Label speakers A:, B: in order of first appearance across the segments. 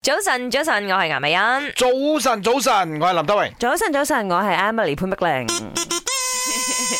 A: 早晨，早晨，我系颜美欣。
B: 早晨，早晨，我系林德 荣。
C: 早晨，早晨，我係 Emily 潘碧玲。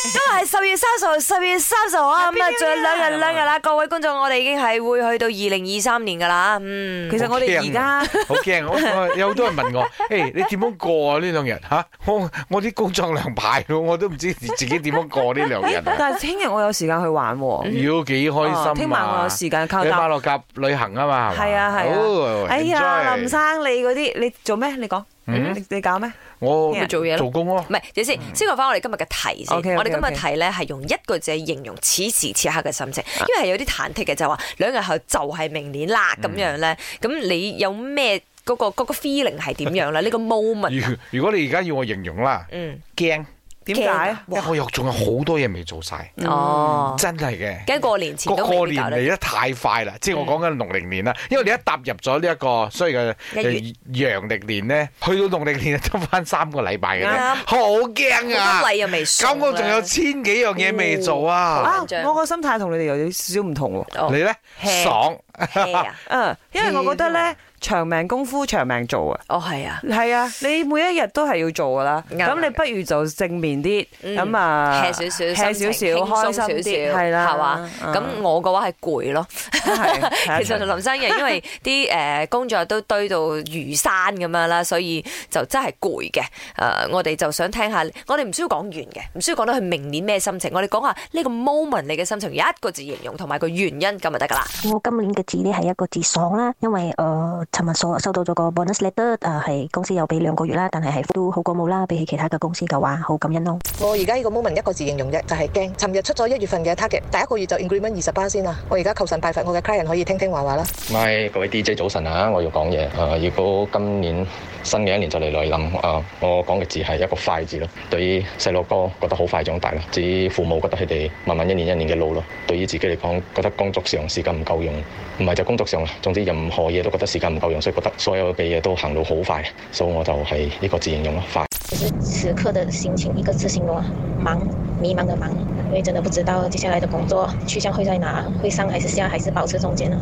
A: 今日系十月三十號，十月三十號啊，咁啊，仲有兩日兩日啦，各位觀眾，我哋已經係會去到二零二三年噶啦，嗯，
C: 其實我哋而家
B: 好驚，我我有好多人問我， 诶、你點樣過啊？呢兩日吓， 我我啲工作量排到，我都唔知自己點樣過呢兩日啊。
C: 但係聽日我有時間去玩喎。
B: 妖幾
C: 哦
B: 開
C: 聽
B: 心
C: 晚我
B: 啊
C: 有！時間靠
B: 你馬
C: 搭。
B: 六甲旅行啊嘛，
C: 係啊係啊
B: 係
C: 哎呀，林，
B: enjoy
C: 生你嗰啲你做咩？你講，
B: 嗯
C: 你你搞咩？
B: 我
A: 咪做嘢咯
B: 做工咯
A: 唔。係，等
B: 嗯
A: 先，先講翻我哋今日嘅題先。
C: OK，OK，
A: 我哋今日嘅
C: OK
A: 題咧係用一個字形容此時此刻嘅心情，
B: 啊
A: 因為係有啲忐忑嘅，就話兩日後就係明年啦
B: 嗯
A: 咁樣咧。咁你有咩嗰個嗰個 feeling 係點樣 咧？呢個 moment，
B: 如如果你而家要我形容啦，
A: 嗯，
B: 驚，
C: 點
A: 驚
C: 解
A: 啊？
B: 因為我又仲有好多嘢未做晒，
A: 哦，
B: 真嗯係嘅。
A: 驚過年前
B: 個
A: 都
B: 過
A: 未必
B: 年啊
A: 搞得掂嗯
B: 嚟得太快啦，即係我講緊農曆年啦，因為你一踏入咗呢一個所謂嘅呃
A: 一
B: 陽曆年咧，去到農曆年就得翻三個禮拜嘅啫
A: 啱，
B: 好驚
A: 好
B: 啊
A: 多！禮又未送
B: 咁我仲有
A: 咧
B: 千幾樣嘢未做啊！
C: 啊
A: 緊張，
C: 我個心態同你哋有少少唔同喎。
A: 哦
B: 你咧
A: hea
B: 爽，
A: hea 啊，
C: 嗯，因為我覺得咧，長命功夫長命做啊。
A: 哦係啊，
C: 係啊，你每一日都係要做噶啦。
A: 啱
C: 咁你不如就正面啲，
A: 嗯
C: 咁啊
A: hea 少少心情
C: hea 少
A: 輕鬆
C: 少，開心
A: 少
C: 啲，
A: 少
C: 係啦，
A: 係嘛
C: 嗯？
A: 咁我嘅話係攰 咯。
C: 係
A: 其實林生 嘅，因為啲誒工作都堆到如山咁樣啦，所以就真係攰嘅。誒、呃我哋就想聽下，我哋唔需要講完嘅，唔需要講到佢明年咩心情，我哋講下呢個 moment 你嘅心情，有一個字形容同埋個原因咁就得㗎啦。
D: 我呃今年嘅字呢係一個字爽啦，因為誒尋日所收到咗個 bonus letter，誒、係啊公司有俾兩個月啦，但係係都好過冇啦，比起其他嘅公司嘅話，好感恩咯。
E: 我而家呢個 moment 一個字形容啫，就係驚。尋日出咗一月份嘅 target，第一個月就 increment 二十巴先啦。我而家求神拜佛，我嘅 client 可以聽聽話話啦。
F: 咪各位 DJ 早晨啊！我要講嘢。誒、如果今年新嘅一年就嚟來臨，誒、我講嘅字係一個快字咯。對於細路哥覺得好快長大啦，至於父母覺得佢哋慢慢一年一年嘅老咯。對於自己嚟講，覺得工作上時間唔夠用，唔係就工作上啦，總之任何嘢都覺得時間唔夠用，所以覺得所有嘅嘢都行路好快，所以我就係呢個字形容咯，快。
G: 就是此刻的心情，一个字形容啊，忙，迷茫的忙，因为真的不知道接下来的工作去向会在哪，会上还是下，还是保持中间呢？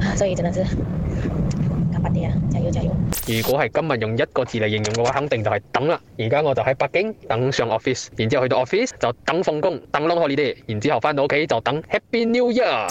G: 啊所以真的是，干巴爹啊，加油加油！
H: 如果係今日用一個字嚟形容嘅話，肯定就係等啦。而家我就喺北京等上 office，然之後去到 office 就等放工，等 long holiday，然之後翻到屋企就等 Happy New Year。